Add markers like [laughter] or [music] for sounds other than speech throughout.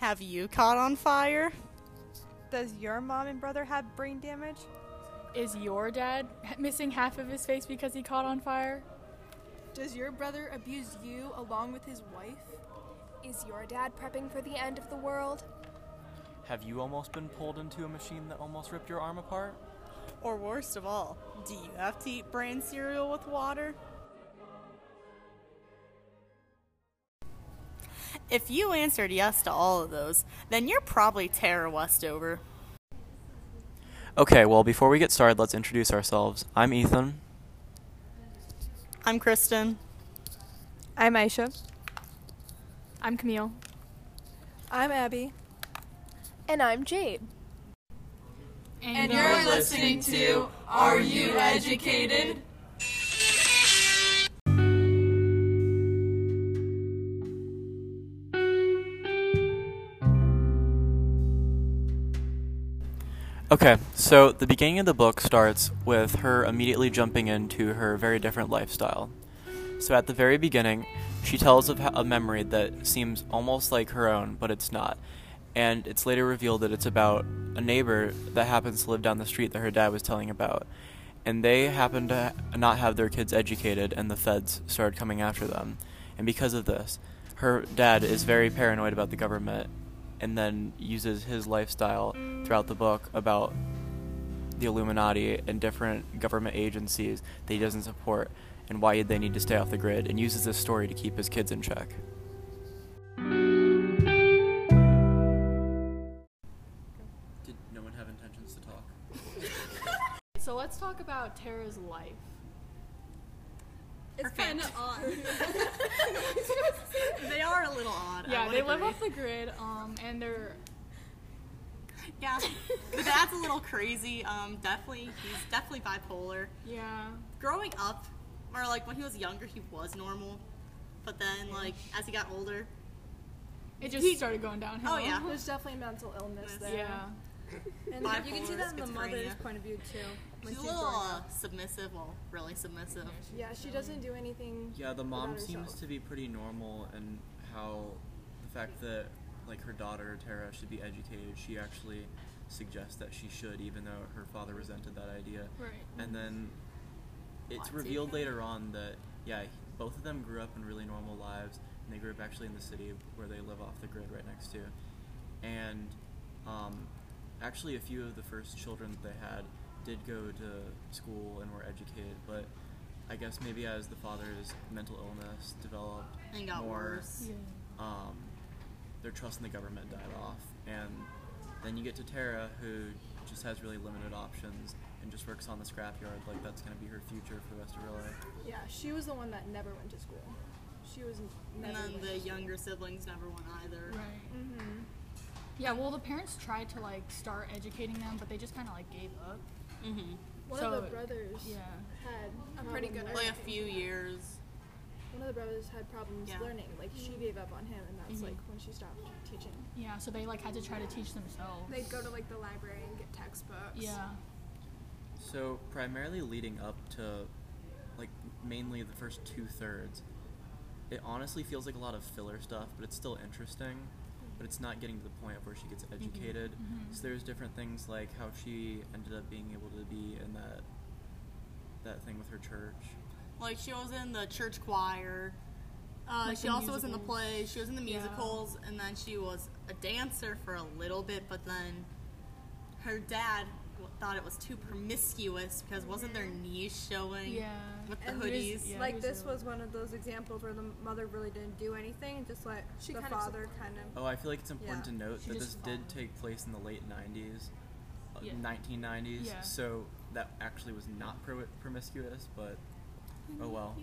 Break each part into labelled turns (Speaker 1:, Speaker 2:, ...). Speaker 1: Have you caught on fire?
Speaker 2: Does your mom and brother have brain damage?
Speaker 3: Is your dad missing half of his face because he caught on fire?
Speaker 4: Does your brother abuse you along with his wife?
Speaker 5: Is your dad prepping for the end of the world?
Speaker 6: Have you almost been pulled into a machine that almost ripped your arm apart?
Speaker 1: Or worst of all, do you have to eat bran cereal with water? If you answered yes to all of those, then you're probably Tara Westover.
Speaker 6: Okay, well, before we get started, let's introduce ourselves. I'm Ethan.
Speaker 1: I'm Kristen.
Speaker 2: I'm Aisha.
Speaker 3: I'm Camille.
Speaker 2: I'm Abby.
Speaker 5: And I'm Jade.
Speaker 4: And you're listening to Are You Educated?
Speaker 6: Okay, so the beginning of the book starts with her immediately jumping into her very different lifestyle. So at the very beginning, she tells of ho- a memory that seems almost like her own, but it's not. And it's later revealed that it's about a neighbor that happens to live down the street that her dad was telling about. And they happen to ha- not have their kids educated, and the feds started coming after them. And because of this, her dad is very paranoid about the government and then uses his lifestyle throughout the book about the Illuminati and different government agencies that he doesn't support and why they need to stay off the grid and uses this story to keep his kids in check. Did no one have intentions to talk?
Speaker 3: So let's talk about Tara's life.
Speaker 4: It's kind of odd.
Speaker 3: [laughs]
Speaker 1: They are a little odd.
Speaker 3: Yeah, they live off the grid, um, and they're
Speaker 1: Yeah, the dad's a little crazy. Um, definitely, he's definitely bipolar.
Speaker 3: yeah.
Speaker 1: Growing up, or like when he was younger, he was normal, but then like as he got older,
Speaker 3: It just started going downhill.
Speaker 1: oh yeah,
Speaker 7: There's definitely a mental illness there.
Speaker 3: Yeah.
Speaker 7: And
Speaker 1: Bipolar,
Speaker 7: you can see that in the
Speaker 1: schizophrenia.
Speaker 7: mother's point of view too. When
Speaker 1: she's a
Speaker 7: she's
Speaker 1: little
Speaker 7: growing
Speaker 1: uh,
Speaker 7: up.
Speaker 1: submissive. Well, really submissive.
Speaker 7: Yeah, she doesn't do anything.
Speaker 6: Yeah, the mom
Speaker 7: without
Speaker 6: seems
Speaker 7: herself.
Speaker 6: to be pretty normal and how the fact that like her daughter Tara should be educated, she actually suggests that she should even though her father resented that idea.
Speaker 3: Right.
Speaker 6: And then it's revealed later on that yeah, he- both of them grew up in really normal lives and they grew up actually in the city where they live off the grid right next to. And um, actually a few of the first children that they had did go to school and were educated, but I guess maybe as the father's mental illness developed
Speaker 1: And got
Speaker 6: more,
Speaker 1: worse.
Speaker 6: um, their trust in the government died off, and then you get to Tara, who just has really limited options and just works on the scrapyard. Like that's gonna be her future for the rest of her life.
Speaker 7: Yeah, she was the one that never went to school. She was n-
Speaker 1: And
Speaker 7: never.
Speaker 1: then
Speaker 7: went
Speaker 1: uh, the
Speaker 7: to school.
Speaker 1: younger siblings never won either.
Speaker 3: Right.
Speaker 7: Mm-hmm.
Speaker 3: Yeah. Well, the parents tried to like start educating them, but they just kind of like gave up.
Speaker 7: One
Speaker 3: so-
Speaker 7: of the brothers
Speaker 3: Yeah.
Speaker 7: had
Speaker 4: I'm pretty
Speaker 7: problem
Speaker 4: good
Speaker 1: Mm-hmm.
Speaker 7: learning.
Speaker 1: Like a few years.
Speaker 7: One of the brothers had problems
Speaker 1: Yeah.
Speaker 7: learning. Like she gave up on him, and that's like when she stopped teaching.
Speaker 3: Yeah. So they like had to try to teach themselves.
Speaker 7: They'd go to like the library and get textbooks.
Speaker 3: Yeah.
Speaker 6: So primarily leading up to, like mainly the first two thirds, it honestly feels like a lot of filler stuff, but it's still interesting. But it's not getting to the point where she gets educated. So there's different things like how she ended up being able to be in that that thing with her church.
Speaker 1: Like she was in the church choir. Uh, she
Speaker 3: the
Speaker 1: also was in the
Speaker 3: musicals.
Speaker 1: plays. She was in the musicals, and then she was a dancer for a little bit. But then her dad w- thought it was too promiscuous because wasn't their knees showing?
Speaker 3: Mm-hmm. Yeah.
Speaker 1: With the
Speaker 7: And
Speaker 1: hoodies.
Speaker 3: Yeah.
Speaker 8: like this was one of those examples where the mother really didn't do anything and just let
Speaker 7: She
Speaker 8: the
Speaker 7: kind of
Speaker 8: father kind of
Speaker 6: Oh, I feel like it's important
Speaker 8: Yeah.
Speaker 6: to note
Speaker 3: She
Speaker 6: that this
Speaker 3: just
Speaker 6: did
Speaker 3: followed.
Speaker 6: take place in the late 90s, uh,
Speaker 3: Yeah.
Speaker 6: 1990s,
Speaker 3: Yeah.
Speaker 6: so that actually was not pro- promiscuous, but oh well.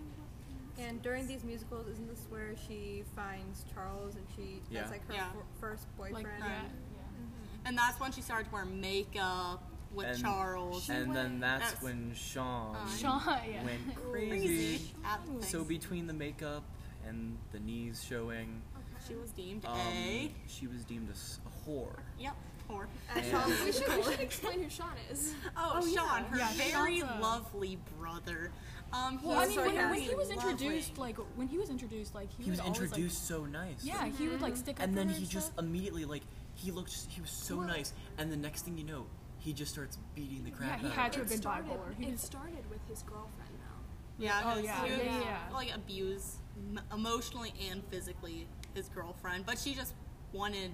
Speaker 8: and during these musicals isn't this where she finds charles and she
Speaker 6: Yeah.
Speaker 8: that's like her
Speaker 1: Yeah.
Speaker 8: fir- first
Speaker 3: Like
Speaker 8: boyfriend
Speaker 3: that.
Speaker 7: Mm-hmm.
Speaker 1: And that's when she started to wear makeup with
Speaker 6: And-
Speaker 1: Charles.
Speaker 6: And then that's,
Speaker 1: that's-
Speaker 6: when Sean
Speaker 3: Yeah. Sean. [laughs] Yeah.
Speaker 6: went crazy.
Speaker 1: crazy. at the things.
Speaker 6: So between the makeup and the knees showing,
Speaker 1: she was deemed
Speaker 6: um,
Speaker 1: a.
Speaker 6: she was deemed a, s- a whore.
Speaker 1: Yep. Whore.
Speaker 8: As
Speaker 6: Yeah.
Speaker 8: Charles-
Speaker 7: We should, we should explain who Sean is.
Speaker 1: Oh, Sean, her
Speaker 3: Yeah,
Speaker 1: very
Speaker 3: Sean's a-
Speaker 1: lovely brother. Um, he
Speaker 3: Well, I
Speaker 1: was
Speaker 3: mean,
Speaker 1: really
Speaker 3: when, when he was
Speaker 1: lovely.
Speaker 3: introduced, like when he was introduced, like he,
Speaker 6: He was
Speaker 3: would always, like-
Speaker 6: introduced so nice.
Speaker 3: yeah, he would like stick up.
Speaker 6: And
Speaker 3: for
Speaker 6: then
Speaker 3: her
Speaker 6: he just
Speaker 3: stuff.
Speaker 6: immediately like he looked he was so nice and the next thing you know, he just starts beating the
Speaker 3: yeah,
Speaker 6: crap
Speaker 3: he
Speaker 6: out
Speaker 3: had
Speaker 6: of
Speaker 3: to
Speaker 6: her.
Speaker 3: have been
Speaker 7: started,
Speaker 3: bipolar. He
Speaker 7: it
Speaker 3: was
Speaker 7: started with his girlfriend now.
Speaker 1: Yeah,
Speaker 3: Oh,
Speaker 1: 'cause
Speaker 3: yeah.
Speaker 1: he would
Speaker 3: Yeah, yeah.
Speaker 1: like abuse m- emotionally and physically his girlfriend, but she just wanted.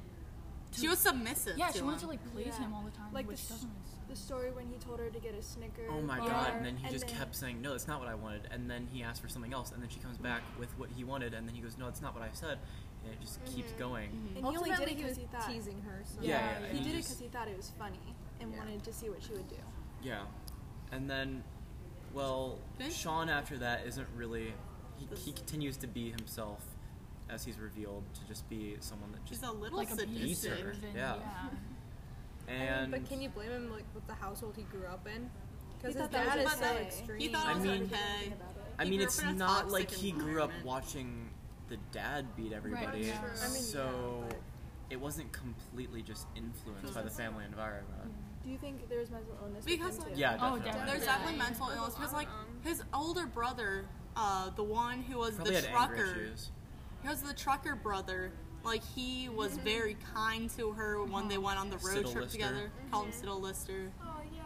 Speaker 1: She was submissive.
Speaker 3: yeah,
Speaker 1: to
Speaker 3: she
Speaker 1: him.
Speaker 3: wanted to like please
Speaker 7: Yeah.
Speaker 3: him all the time,
Speaker 7: Like
Speaker 3: which
Speaker 7: this-
Speaker 3: doesn't. make sense.
Speaker 7: The story when he told her to get a Snicker.
Speaker 6: Oh my
Speaker 7: bar,
Speaker 6: god! And then he just
Speaker 7: then-
Speaker 6: kept saying, "No, that's not what I wanted." And then he asked for something else, and then she comes back with what he wanted, and then he goes, "No, that's not what I said." And it just
Speaker 3: Mm-hmm.
Speaker 6: keeps going.
Speaker 8: Mm-hmm.
Speaker 7: And he only did
Speaker 8: Ultimately,
Speaker 7: it
Speaker 8: he was
Speaker 7: because he, thought.
Speaker 8: teasing her. So
Speaker 6: Yeah, yeah,
Speaker 7: He
Speaker 6: he
Speaker 7: did it
Speaker 6: just-
Speaker 7: because he thought it was funny and
Speaker 6: Yeah.
Speaker 7: wanted to see what she would do.
Speaker 6: Yeah, and then, well,
Speaker 1: Then-
Speaker 6: Sean after that isn't really. He, he continues to be himself, as he's revealed to just be someone that
Speaker 1: She's
Speaker 6: just
Speaker 1: a little
Speaker 3: Like
Speaker 6: beats
Speaker 1: sadistic.
Speaker 6: her.
Speaker 3: abusive and
Speaker 6: Yeah. and
Speaker 8: but can you blame him like with the household he grew up in? Because
Speaker 7: He
Speaker 8: his
Speaker 7: thought that
Speaker 8: dad
Speaker 7: was
Speaker 8: is so
Speaker 7: okay.
Speaker 8: extreme.
Speaker 1: He thought
Speaker 6: I
Speaker 1: it was
Speaker 6: mean-
Speaker 1: okay.
Speaker 6: I
Speaker 1: he
Speaker 6: mean,
Speaker 1: grew up
Speaker 6: it's
Speaker 1: in a
Speaker 6: not like
Speaker 1: toxic
Speaker 6: he grew up
Speaker 1: environment.
Speaker 6: watching the dad beat everybody,
Speaker 3: yeah.
Speaker 8: I mean, yeah,
Speaker 6: so
Speaker 8: but-
Speaker 6: it wasn't completely just influenced by the family environment.
Speaker 7: Do you think there was mental illness?
Speaker 1: Because,
Speaker 7: with him
Speaker 1: like-
Speaker 7: too?
Speaker 6: Yeah,
Speaker 3: Oh,
Speaker 6: definitely.
Speaker 3: definitely.
Speaker 1: There's definitely mental illness because, like,
Speaker 3: Um,
Speaker 1: his older brother, uh, the one who was
Speaker 6: Probably
Speaker 1: the
Speaker 6: had anger
Speaker 1: trucker,
Speaker 6: issues.
Speaker 1: he was the trucker brother. Like, he was very kind to her when they went on the road
Speaker 6: Siddle
Speaker 1: trip
Speaker 6: Lister.
Speaker 1: together. Called him Siddle Lister,
Speaker 7: Oh yeah.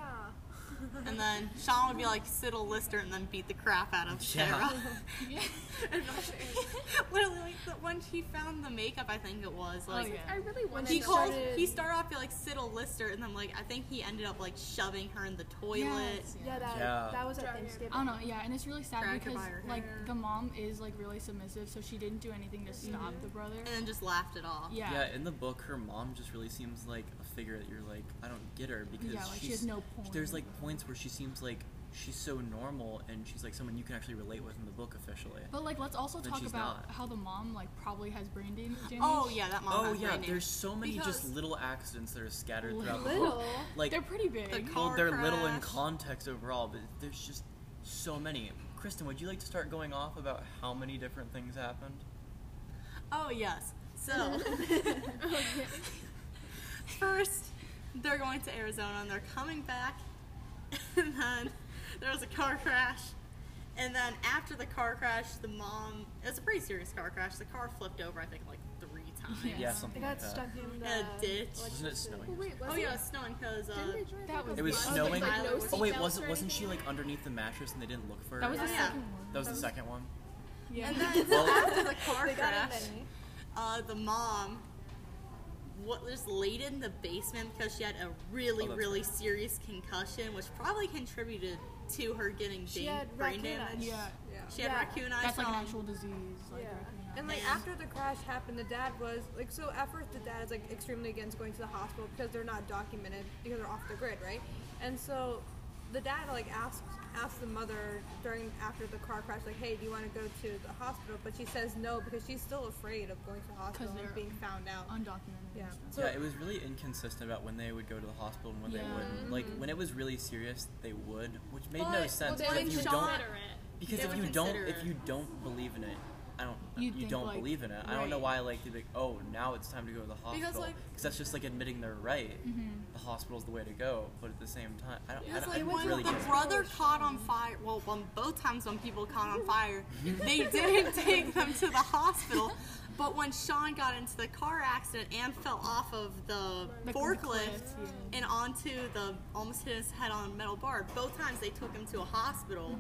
Speaker 1: and then Sean would be like Siddle Lister, and then beat the crap out of Sarah.
Speaker 6: Yeah.
Speaker 1: Literally, like the, when she found the makeup, I think it was
Speaker 3: Oh
Speaker 1: like.
Speaker 3: yeah.
Speaker 8: I really wanted
Speaker 1: He
Speaker 8: to
Speaker 1: called.
Speaker 7: started-
Speaker 1: He started off being, like Siddle Lister, and then like I think he ended up like shoving her in the toilet.
Speaker 3: Yes,
Speaker 7: Yeah, that,
Speaker 6: Yeah.
Speaker 7: that was at Thanksgiving.
Speaker 3: I don't know, yeah, and it's really sad
Speaker 1: Cracked her
Speaker 3: because
Speaker 1: by her
Speaker 3: like the mom is like really submissive, so she didn't do anything to stop the brother.
Speaker 1: and then just laughed it off.
Speaker 3: Yeah,
Speaker 6: Yeah, in the book, her mom just really seems like a figure that you're like, I don't get her because
Speaker 3: Yeah, like, she
Speaker 6: she's-
Speaker 3: has no point.
Speaker 6: There's like points where she seems like she's so normal and she's like someone you can actually relate with in the book officially.
Speaker 3: but like let's also
Speaker 6: Then
Speaker 3: talk
Speaker 6: she's
Speaker 3: about
Speaker 6: not.
Speaker 3: how the mom like probably has brain dam- damage.
Speaker 1: Oh yeah, that mom.
Speaker 6: oh
Speaker 1: has
Speaker 6: yeah,
Speaker 1: brain damage.
Speaker 6: there's so many just
Speaker 1: Because-
Speaker 6: little accidents that are scattered throughout the book.
Speaker 7: Little.
Speaker 6: Like
Speaker 3: they're pretty big.
Speaker 1: The
Speaker 6: well,
Speaker 1: car
Speaker 6: they're little in
Speaker 1: crash.
Speaker 6: context overall, but there's just so many. Kristen, would you like to start going off about how many different things happened?
Speaker 1: Oh yes. So [laughs] first, they're going to Arizona and they're coming back, [laughs] and then there was a car crash, and then after the car crash, the mom. It was a pretty serious car crash. The car flipped over, I think, like three times.
Speaker 6: Yeah,
Speaker 7: They
Speaker 6: something
Speaker 7: got
Speaker 6: like that.
Speaker 7: stuck in the
Speaker 1: A ditch.
Speaker 6: Wasn't it snowing?
Speaker 8: Wait, was
Speaker 1: Oh yeah, it was snowing because uh,
Speaker 3: that was
Speaker 6: It was
Speaker 3: the-
Speaker 1: Oh,
Speaker 6: snowing.
Speaker 1: like, no
Speaker 6: oh wait,
Speaker 8: seatbelts
Speaker 6: wasn't
Speaker 8: or
Speaker 6: wasn't she like underneath the mattress and they didn't look for her?
Speaker 3: That was the
Speaker 1: Yeah.
Speaker 3: second one.
Speaker 6: That was the second one.
Speaker 3: Yeah.
Speaker 6: Well,
Speaker 1: [laughs] after the car crash.
Speaker 7: many.
Speaker 1: uh, the mom what just laid in the basement because she had a really
Speaker 6: Oh, that's
Speaker 1: really serious concussion which probably contributed to her getting
Speaker 7: She
Speaker 1: da-
Speaker 7: had
Speaker 1: brain
Speaker 7: raccoon
Speaker 1: damage
Speaker 7: eyes.
Speaker 3: yeah.
Speaker 8: yeah.
Speaker 1: she had
Speaker 7: Yeah.
Speaker 1: raccoon eyes
Speaker 3: That's like an
Speaker 1: on-
Speaker 3: actual disease. Like,
Speaker 7: Yeah.
Speaker 3: recognized.
Speaker 8: And like after the crash happened, the dad was like, so at first the dad is like extremely against going to the hospital because they're not documented because they're off the grid, right? And so the dad like asked asked the mother during after the car crash like, hey, do you want to go to the hospital? But she says no because she's still afraid of going to the hospital
Speaker 3: they're-
Speaker 8: and being found out.
Speaker 3: undocumented.
Speaker 8: Yeah.
Speaker 3: And stuff.
Speaker 8: So
Speaker 6: yeah, it was really inconsistent about when they would go to the hospital and when they
Speaker 3: Yeah.
Speaker 6: wouldn't. Like when it was really serious, they would, which made
Speaker 1: But-
Speaker 6: no
Speaker 1: well,
Speaker 6: sense
Speaker 1: they
Speaker 6: because
Speaker 1: would
Speaker 6: if you don't
Speaker 1: consider
Speaker 6: because
Speaker 1: They
Speaker 6: if
Speaker 1: would
Speaker 6: you don't
Speaker 1: consider
Speaker 6: if
Speaker 1: it.
Speaker 6: you don't believe in it, I don't
Speaker 3: You'd
Speaker 6: you
Speaker 3: think,
Speaker 6: don't
Speaker 3: like,
Speaker 6: believe in it. I don't know
Speaker 3: right.
Speaker 6: why like they'd be like, oh now it's time to go to the hospital because
Speaker 1: like- Mm-hmm.
Speaker 6: that's just like admitting they're right. The hospital's the way to go, but at the same time, I don't. I
Speaker 1: Because
Speaker 6: don't,
Speaker 1: like
Speaker 6: I
Speaker 1: when
Speaker 6: don't really
Speaker 1: the
Speaker 6: get it.
Speaker 1: brother caught on fire, well, when both times when people caught on fire, they didn't [laughs] take them to the hospital. But when Sean got into the car accident and fell off of the
Speaker 3: Like, on the
Speaker 1: forklift
Speaker 3: cliff, yeah.
Speaker 1: and onto the almost hit his head on a metal bar, both times they took him to a hospital.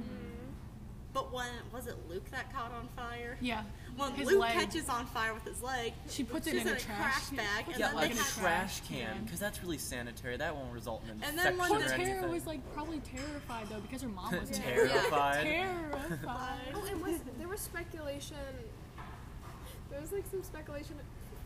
Speaker 1: But when was it Luke that caught on fire?
Speaker 3: Mm-hmm. yeah.
Speaker 1: When
Speaker 3: His
Speaker 1: Luke
Speaker 3: leg.
Speaker 1: catches on fire with his leg,
Speaker 3: She puts it
Speaker 1: she's
Speaker 3: in a
Speaker 1: trash
Speaker 3: trash-
Speaker 1: bag, and
Speaker 6: Yeah,
Speaker 1: then
Speaker 6: like
Speaker 1: they
Speaker 6: in a
Speaker 1: had-
Speaker 6: trash can, because that's really sanitary. That won't result in an
Speaker 1: And then when
Speaker 3: Poor
Speaker 6: infection or
Speaker 1: the-
Speaker 3: Tara
Speaker 6: anything.
Speaker 3: was like probably terrified though because her
Speaker 6: [laughs]
Speaker 3: mom was terrified.
Speaker 6: terrified.
Speaker 3: terrified. [laughs]
Speaker 7: Oh, and was, there was speculation. There was like some speculation.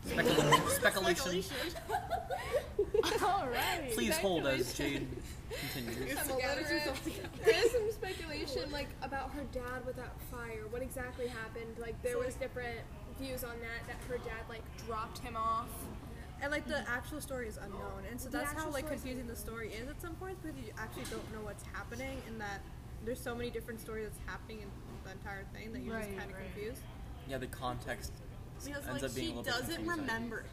Speaker 1: [laughs]
Speaker 6: Speculation. Speculation.
Speaker 1: Speculation.
Speaker 3: All right.
Speaker 6: Please hold as Jade
Speaker 1: [laughs]
Speaker 6: continues.
Speaker 7: There is some speculation like about her dad with that fire. What exactly happened? Like there was different views on that. That her dad like dropped him off.
Speaker 8: and like the actual story is unknown, and so
Speaker 7: The
Speaker 8: that's how
Speaker 7: actual
Speaker 8: like
Speaker 7: story's-
Speaker 8: confusing the story is at some points because you actually don't know what's happening, and that there's so many different stories that's happening in the entire thing that you're
Speaker 3: Right,
Speaker 8: just kind of
Speaker 3: right.
Speaker 8: confused.
Speaker 6: Yeah, the context
Speaker 1: Because
Speaker 6: ends
Speaker 1: like
Speaker 6: up being
Speaker 1: she
Speaker 6: a little bit
Speaker 1: doesn't
Speaker 6: confusing.
Speaker 1: remember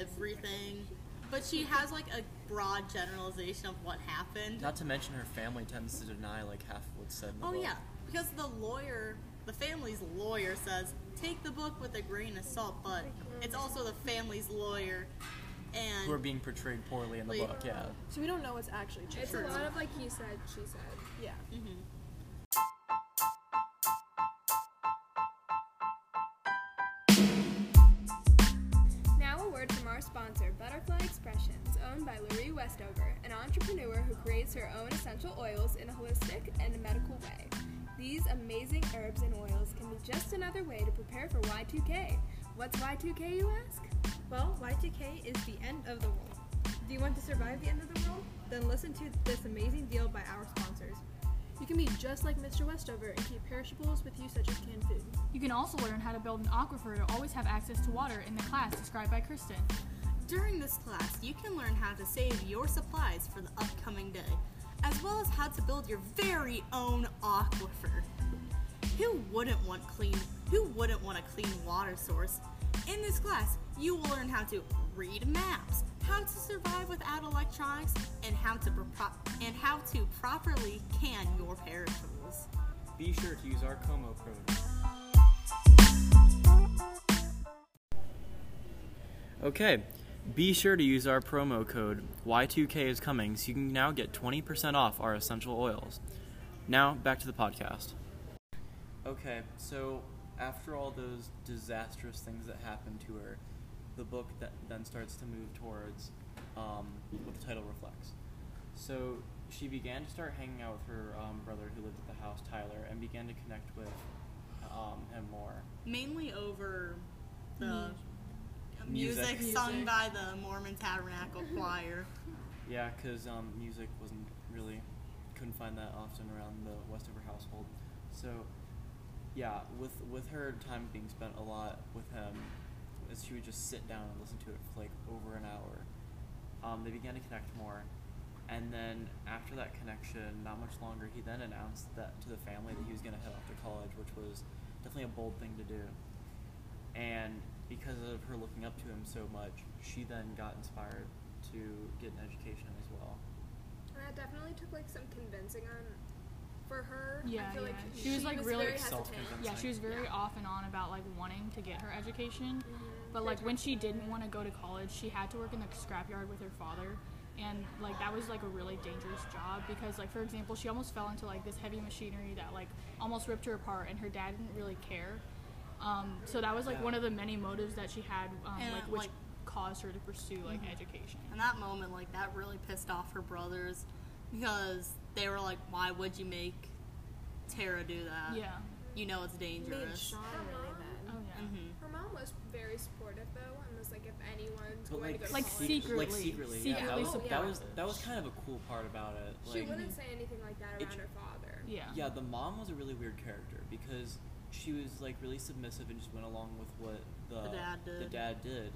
Speaker 1: everything, but she has like a broad generalization of what happened.
Speaker 6: Not to mention her family tends to deny like half of what's said in the
Speaker 1: oh
Speaker 6: book.
Speaker 1: yeah, because the lawyer, the family's lawyer says, take the book with a grain of salt, but it's also the family's lawyer, and
Speaker 9: Who are being portrayed poorly in the
Speaker 1: Like-
Speaker 9: book, yeah.
Speaker 8: So we don't know what's actually true.
Speaker 7: It's a lot of like he said, she said.
Speaker 8: Yeah.
Speaker 7: Now a word from our sponsor, Butterfly Expressions, owned by Laurie Westover, an entrepreneur who creates her own essential oils in a holistic and medical way. These amazing herbs and oils can be just another way to prepare for Y2K. What's Y2K, you ask?
Speaker 8: Well, Y2K is the end of the world. Do you want to survive the end of the world? Then listen to this amazing deal by our sponsors.
Speaker 10: You can be just like Mr. Westover and keep perishables with you, such as canned food.
Speaker 3: You can also learn how to build an aquifer to always have access to water in the class described by Kristen.
Speaker 1: During this class, you can learn how to save your supplies for the upcoming day, as well as how to build your very own aquifer. Who wouldn't want clean? Who wouldn't want a clean water source? In this class, you will learn how to read maps, how to survive without electronics, and how to pro- and how to properly can your perishables.
Speaker 6: Be sure to use our Como code. Okay, be sure to use our promo code Y2K is coming so you can now get 20% off our essential oils. Now, back to the podcast. Okay, so after all those disastrous things that happened to her, the book that then starts to move towards um, what the title reflects. So she began to start hanging out with her um, brother who lived at the house, Tyler, and began to connect with um, him more.
Speaker 1: Mainly over the
Speaker 6: Music.
Speaker 1: music sung by the Mormon Tabernacle Choir.
Speaker 6: Yeah, because um, music wasn't really couldn't find that often around the Westover household. So, yeah, with with her time being spent a lot with him, as she would just sit down and listen to it for like over an hour. Um, they began to connect more, and then after that connection, not much longer, he then announced that to the family that he was going to head off to college, which was definitely a bold thing to do. And because of her looking up to him so much, she then got inspired to get an education as well.
Speaker 7: That definitely took like some convincing on for her.
Speaker 3: Yeah,
Speaker 7: I feel like
Speaker 3: yeah.
Speaker 7: she, was like really very hesitant.
Speaker 6: self-convinced.
Speaker 3: Yeah, she was very off and on about like wanting to get her education,
Speaker 7: Mm-hmm.
Speaker 3: but like when she didn't want to go to college, she had to work in the scrapyard with her father, and like that was like a really dangerous job because like for example, she almost fell into like this heavy machinery that like almost ripped her apart, and her dad didn't really care. Um, so that was like
Speaker 6: Yeah.
Speaker 3: one of the many motives that she had, um,
Speaker 1: And,
Speaker 7: uh,
Speaker 3: like which
Speaker 1: like-
Speaker 3: caused her to pursue
Speaker 7: Mm-hmm.
Speaker 3: like education.
Speaker 1: And that moment, like that, really pissed off her brothers because they were like, "Why would you make Tara do that?
Speaker 3: Yeah.
Speaker 1: You know it's dangerous."
Speaker 10: Sean really
Speaker 7: Mm-hmm.
Speaker 10: bad.
Speaker 3: Oh yeah.
Speaker 7: Her mom was very supportive though, and was like, if anyone's
Speaker 6: But
Speaker 7: going
Speaker 6: like,
Speaker 7: to go to
Speaker 3: Like,
Speaker 7: college,
Speaker 3: see- secretly-
Speaker 6: like secretly, yeah, that
Speaker 3: secretly
Speaker 6: was, that
Speaker 7: supportive.
Speaker 6: was that was kind of a cool part about it. Like,
Speaker 7: she wouldn't say anything like that
Speaker 6: It-
Speaker 7: around her father.
Speaker 3: Yeah.
Speaker 6: yeah, the mom was a really weird character because she was like really submissive and just went along with what the,
Speaker 1: The dad did.
Speaker 6: dad did,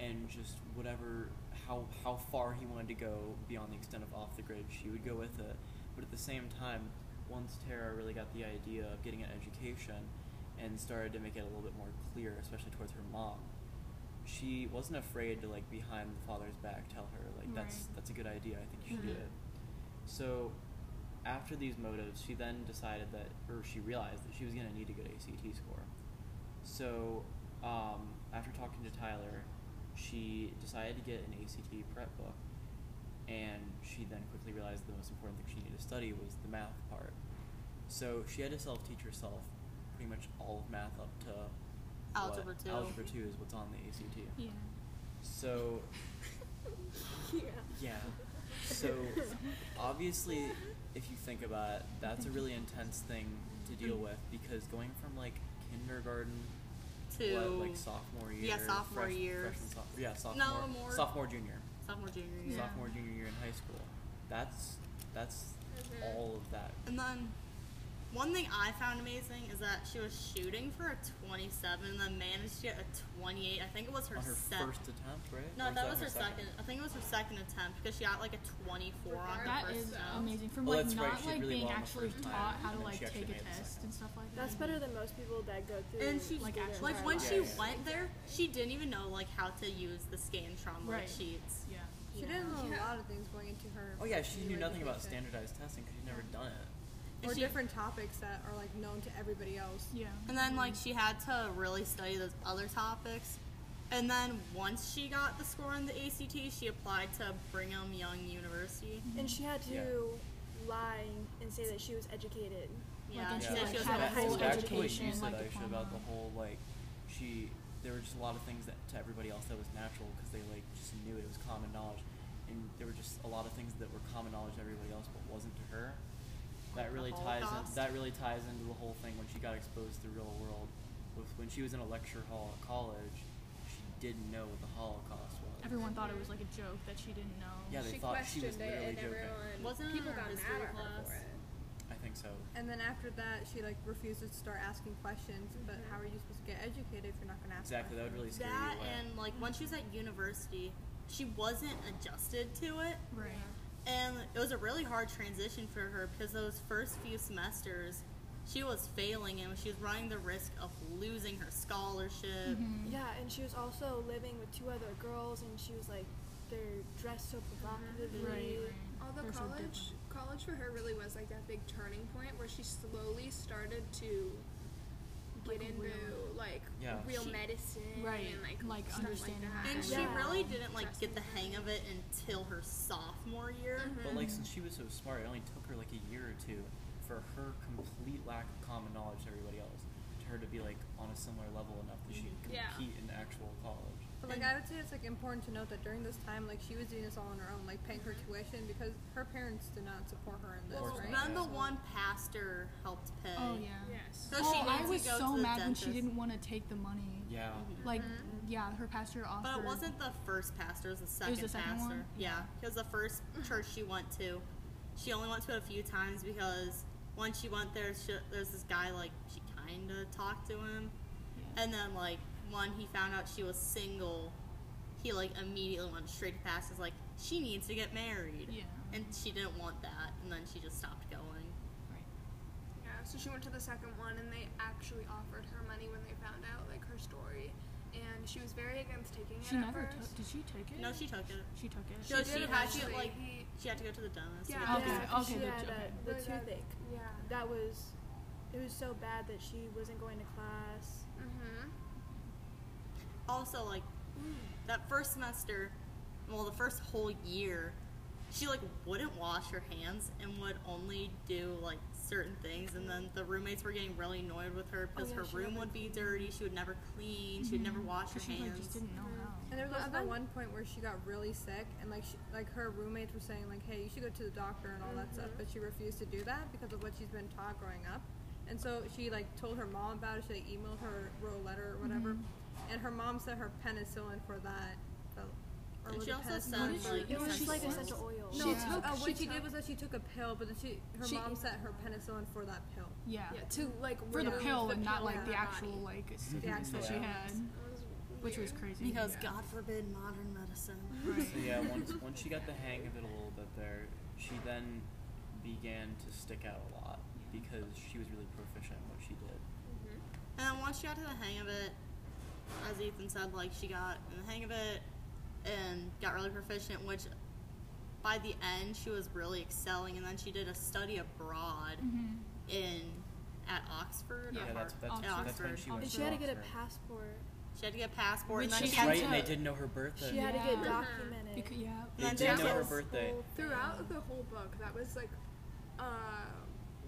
Speaker 6: and just whatever how how far he wanted to go beyond the extent of off the grid, she would go with it. But at the same time, once Tara really got the idea of getting an education and started to make it a little bit more clear, especially towards her mom, she wasn't afraid to like behind the father's back tell her like that's
Speaker 3: Right.
Speaker 6: that's a good idea. I think you should
Speaker 1: Mm-hmm.
Speaker 6: do it. So after these motives, she then decided that, or she realized that she was going to need a good ACT score. So, um, after talking to Tyler, she decided to get an ACT prep book, and she then quickly realized the most important thing she needed to study was the math part. So she had to self-teach herself pretty much all of math up to what-
Speaker 1: Algebra two.
Speaker 6: Algebra two is what's on the ACT.
Speaker 3: Yeah.
Speaker 6: So.
Speaker 1: [laughs]
Speaker 6: yeah. So, obviously, if you think about it, that's a really intense thing to deal
Speaker 1: Mm-hmm.
Speaker 6: with because going from like kindergarten
Speaker 1: To
Speaker 6: what, like sophomore year,
Speaker 1: yeah, sophomore
Speaker 6: fresh-
Speaker 1: year.
Speaker 6: freshman, soph- yeah, sophomore,
Speaker 1: No, more-
Speaker 6: sophomore, junior,
Speaker 1: sophomore junior year.
Speaker 3: Yeah.
Speaker 6: sophomore, junior year in high school. That's that's
Speaker 1: Mm-hmm.
Speaker 6: all of that.
Speaker 1: And then one thing I found amazing is that she was shooting for a 27 and then managed to get a 28. I think it was her,
Speaker 6: On her
Speaker 1: sec-
Speaker 6: first attempt, right? Or
Speaker 1: No,
Speaker 6: is
Speaker 1: that was her
Speaker 6: her
Speaker 1: second. I think it was her second attempt because she got like a 24 on her
Speaker 3: That
Speaker 1: first
Speaker 3: is
Speaker 1: attempt.
Speaker 3: amazing. From
Speaker 6: Oh,
Speaker 3: like
Speaker 6: that's
Speaker 3: not
Speaker 6: right, she did
Speaker 3: like
Speaker 6: really
Speaker 3: being
Speaker 6: well on the
Speaker 3: actually
Speaker 6: first time,
Speaker 3: taught how
Speaker 6: and
Speaker 3: to
Speaker 6: then
Speaker 3: like
Speaker 6: she actually
Speaker 3: take a
Speaker 6: made the
Speaker 3: test
Speaker 6: second.
Speaker 3: and stuff like that.
Speaker 10: That's better than most people that go through.
Speaker 1: And she
Speaker 3: Like,
Speaker 10: through
Speaker 3: actually
Speaker 1: like
Speaker 10: their entire
Speaker 1: when
Speaker 10: life.
Speaker 1: she
Speaker 6: Yeah.
Speaker 1: went there, she didn't even know like how to use the Scantron like
Speaker 3: Right.
Speaker 1: sheets.
Speaker 3: Yeah.
Speaker 8: She didn't know a lot of things going into her.
Speaker 6: Oh yeah, she knew nothing about
Speaker 8: education.
Speaker 6: standardized testing because she'd never done it.
Speaker 8: or
Speaker 1: she-
Speaker 8: different topics that are like known to everybody else.
Speaker 3: Yeah.
Speaker 1: And then like she had to really study those other topics. And then once she got the score on the ACT, she applied to Brigham Young University.
Speaker 10: And she had to
Speaker 6: Yeah.
Speaker 10: lie and say that she was educated.
Speaker 1: Yeah,
Speaker 3: and
Speaker 1: she
Speaker 3: she,
Speaker 1: said
Speaker 3: like,
Speaker 1: she was
Speaker 3: had
Speaker 1: in
Speaker 3: a
Speaker 1: high
Speaker 3: whole
Speaker 1: school.
Speaker 6: Back to what you
Speaker 3: education,
Speaker 6: said,
Speaker 3: like,
Speaker 6: Aisha, about the
Speaker 3: diploma.
Speaker 6: whole like she. There were just a lot of things that to everybody else that was natural because they like just knew it, it was common knowledge, and there were just a lot of things that were common knowledge to everybody else but wasn't to her. That really ties in,
Speaker 1: Holocaust.
Speaker 6: that really ties into the whole thing when she got exposed to the real world. With when she was in a lecture hall at college, she didn't know what the Holocaust was.
Speaker 3: Everyone thought it was like a joke that she didn't know.
Speaker 6: Yeah, they
Speaker 7: she
Speaker 6: thought she
Speaker 7: questioned
Speaker 6: was
Speaker 7: it,
Speaker 6: literally
Speaker 7: and
Speaker 6: joking.
Speaker 7: everyone
Speaker 1: Wasn't it
Speaker 7: people
Speaker 1: in
Speaker 7: got
Speaker 1: our
Speaker 7: mad
Speaker 1: history
Speaker 7: at her
Speaker 1: class?
Speaker 7: for it.
Speaker 6: I think so.
Speaker 8: And then after that, she like refused to start asking questions. But how are you supposed to get educated if you're not going to ask?
Speaker 6: Exactly, that would really
Speaker 8: questions?
Speaker 6: scare
Speaker 1: That
Speaker 6: you away.
Speaker 1: and like when she was at university, she wasn't adjusted to it.
Speaker 3: Right.
Speaker 1: And it was a really hard transition for her because those first few semesters, she was failing and she was running the risk of losing her scholarship.
Speaker 3: Mm-hmm.
Speaker 10: Yeah, and she was also living with two other girls, and she was like, they're dressed so provocatively.
Speaker 3: Right. right.
Speaker 7: Although
Speaker 3: They're so
Speaker 7: college,
Speaker 3: different.
Speaker 7: college for her really was like that big turning point where she slowly started to get
Speaker 3: Like,
Speaker 7: into
Speaker 3: real-
Speaker 7: like
Speaker 6: Yeah.
Speaker 7: real
Speaker 1: She-
Speaker 7: medicine
Speaker 3: Right,
Speaker 7: and like,
Speaker 3: like,
Speaker 7: stuff
Speaker 3: understanding
Speaker 7: like
Speaker 3: how
Speaker 7: that.
Speaker 1: And she
Speaker 10: Yeah.
Speaker 1: really didn't like get the hang of it until her sophomore year.
Speaker 3: Mm-hmm.
Speaker 6: But like since she was so smart, it only took her like a year or two for her complete lack of common knowledge to everybody else, to her to be like on a similar level enough that she could
Speaker 7: Yeah.
Speaker 6: compete in actual college.
Speaker 8: But like I would say, it's like important to note that during this time, like she was doing this all on her own, like paying her
Speaker 7: Mm-hmm.
Speaker 8: tuition because her parents did not support her in this,
Speaker 6: Well,
Speaker 8: right?
Speaker 1: Then the one pastor helped pay.
Speaker 3: Oh yeah.
Speaker 7: Yes.
Speaker 1: So she
Speaker 3: Oh,
Speaker 1: needs
Speaker 3: I was
Speaker 1: to go
Speaker 3: so
Speaker 1: to the
Speaker 3: mad when
Speaker 1: dentist.
Speaker 3: she didn't want to take the money.
Speaker 7: Mm-hmm.
Speaker 6: Yeah.
Speaker 3: Like, yeah, her pastor offered.
Speaker 1: But it wasn't the first pastor; it was the second,
Speaker 3: was the second
Speaker 1: pastor.
Speaker 3: one?
Speaker 1: Yeah, because the first church she went to, she only went to it a few times because once she went there, she, there's this guy like she kind of talked to him, and then like when he found out she was single, he like immediately went straight to pastors like she needs to get married.
Speaker 3: Yeah.
Speaker 1: and she didn't want that, and then she just stopped going.
Speaker 3: Right.
Speaker 7: Yeah, so she went to the second one, and they actually offered her money when they found out like her story, and she was very against taking
Speaker 3: She
Speaker 7: it.
Speaker 3: never
Speaker 7: at first.
Speaker 3: took. Did she take it?
Speaker 1: No, she took it.
Speaker 3: She took it.
Speaker 1: No, she,
Speaker 7: did
Speaker 1: had to
Speaker 7: eventually.
Speaker 1: like
Speaker 7: He-
Speaker 1: she had to go to the dentist.
Speaker 7: Yeah.
Speaker 10: Yeah,
Speaker 3: Okay,
Speaker 10: 'cause
Speaker 3: okay,
Speaker 10: she
Speaker 3: the-
Speaker 10: had uh,
Speaker 3: okay.
Speaker 10: the
Speaker 7: Really bad.
Speaker 10: toothache.
Speaker 7: Yeah.
Speaker 10: That was, it was so bad that she wasn't going to class.
Speaker 7: Mm-hmm.
Speaker 1: also like that first semester well the first whole year she like wouldn't wash her hands and would only do like certain things and then the roommates were getting really annoyed with her because
Speaker 3: Oh,
Speaker 10: yeah,
Speaker 1: her
Speaker 10: she
Speaker 1: room
Speaker 10: never
Speaker 1: would be dirty she would never clean she would never wash her
Speaker 3: Mm-hmm. She
Speaker 1: hands
Speaker 3: like just didn't know
Speaker 8: And
Speaker 7: Mm-hmm.
Speaker 3: how.
Speaker 8: there was also that one point where she got really sick, and like she, like her roommates were saying like, "Hey, you should go to the doctor and all that stuff," but she refused to do that because of what she's been taught growing up. And so she like told her mom about it. She like emailed her, wrote a letter or whatever, and her mom sent her penicillin for that. The, or
Speaker 1: And
Speaker 8: was
Speaker 1: she
Speaker 8: it
Speaker 1: also
Speaker 8: penicillin?
Speaker 1: said,
Speaker 3: What did she-
Speaker 1: like,
Speaker 10: It was
Speaker 1: essential
Speaker 10: like
Speaker 1: oils.
Speaker 8: No,
Speaker 10: essential oils.
Speaker 3: She
Speaker 8: uh,
Speaker 3: took- she
Speaker 8: what she
Speaker 3: took-
Speaker 8: did was that she took a pill, but then she her
Speaker 5: She-
Speaker 8: mom sent her penicillin for that pill.
Speaker 3: Yeah.
Speaker 7: Yeah, to like
Speaker 3: For the
Speaker 7: remove
Speaker 3: pill
Speaker 7: the
Speaker 3: and not
Speaker 7: pill in
Speaker 3: like the
Speaker 7: her
Speaker 3: actual
Speaker 7: body.
Speaker 3: like
Speaker 8: actual
Speaker 3: symptoms that she
Speaker 6: symptoms.
Speaker 3: had,
Speaker 7: Mm-hmm.
Speaker 3: which was crazy.
Speaker 1: because [laughs] god forbid modern medicine
Speaker 3: [laughs] Right.
Speaker 6: So yeah, once once she got the hang of it a little bit there, she then began to stick out a lot because she was really proficient in what she did.
Speaker 1: and then once she got to the hang of it as ethan said like she got in the hang of it and got really proficient which by the end she was really excelling and then she did a study abroad in at Oxford.
Speaker 6: Yeah,
Speaker 1: or
Speaker 6: that's that's,
Speaker 1: Hart-
Speaker 6: that's when she went
Speaker 10: And
Speaker 6: to
Speaker 10: she had to get a
Speaker 6: Oxford.
Speaker 10: passport.
Speaker 1: She had to get a passport, and
Speaker 3: Which
Speaker 1: then she
Speaker 3: she
Speaker 1: had
Speaker 6: Right,
Speaker 1: to.
Speaker 6: and they didn't know her birthday.
Speaker 10: She had to get
Speaker 3: Yeah.
Speaker 10: documented.
Speaker 3: Becau- yeah.
Speaker 6: They
Speaker 1: And
Speaker 6: didn't
Speaker 1: that
Speaker 6: know her
Speaker 1: was-
Speaker 6: birthday.
Speaker 7: Throughout the whole book, that was like uh,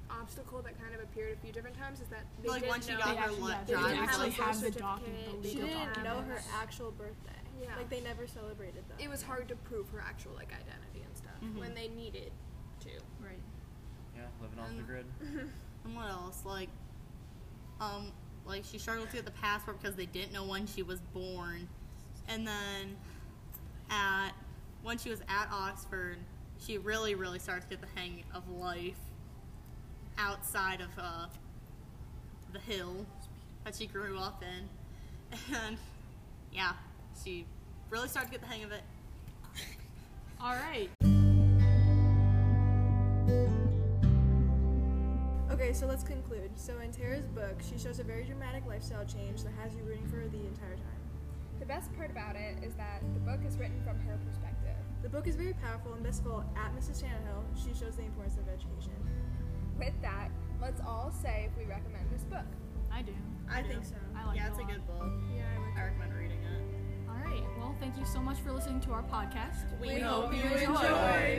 Speaker 7: obstacle that kind of appeared a few different times. Is that they
Speaker 1: Like,
Speaker 7: didn't
Speaker 1: once you
Speaker 7: know
Speaker 1: got
Speaker 3: They
Speaker 1: her
Speaker 7: that she
Speaker 1: li-
Speaker 3: actually,
Speaker 7: had
Speaker 3: yeah,
Speaker 7: a
Speaker 3: they
Speaker 1: drive-
Speaker 7: birth
Speaker 3: didn't actually
Speaker 7: certificate.
Speaker 3: have the document, the
Speaker 10: She
Speaker 3: legal
Speaker 10: didn't know her
Speaker 3: documents.
Speaker 10: actual birthday.
Speaker 7: Yeah.
Speaker 10: Like they never celebrated that.
Speaker 7: It was hard to prove her actual like identity and stuff
Speaker 3: Mm-hmm.
Speaker 7: when they needed to.
Speaker 3: Right.
Speaker 6: Yeah, living off the grid.
Speaker 1: And what else? Like, um, like she struggled to get the passport because they didn't know when she was born, and then at when she was at Oxford, she really, really started to get the hang of life outside of uh, the hill that she grew up in, [laughs] and yeah, she really started to get the hang of it.
Speaker 3: All right.
Speaker 10: Okay, so let's conclude. So in Tara's book, she shows a very dramatic lifestyle change that has you rooting for her the entire time.
Speaker 7: The best part about it is that the book is written from her perspective.
Speaker 10: The book is very powerful, and best of all, at Mrs. Tannehill, she shows the importance of education. With that, let's all say if we recommend this book.
Speaker 3: I do.
Speaker 1: I think
Speaker 7: um,
Speaker 1: so.
Speaker 3: I like
Speaker 1: yeah,
Speaker 3: it
Speaker 1: it's a
Speaker 3: a lot.
Speaker 1: good book.
Speaker 11: Yeah, I would.
Speaker 1: I recommend reading it.
Speaker 3: All right. Well, thank you so much for listening to our podcast.
Speaker 1: We
Speaker 3: hope you enjoy.
Speaker 1: enjoyed.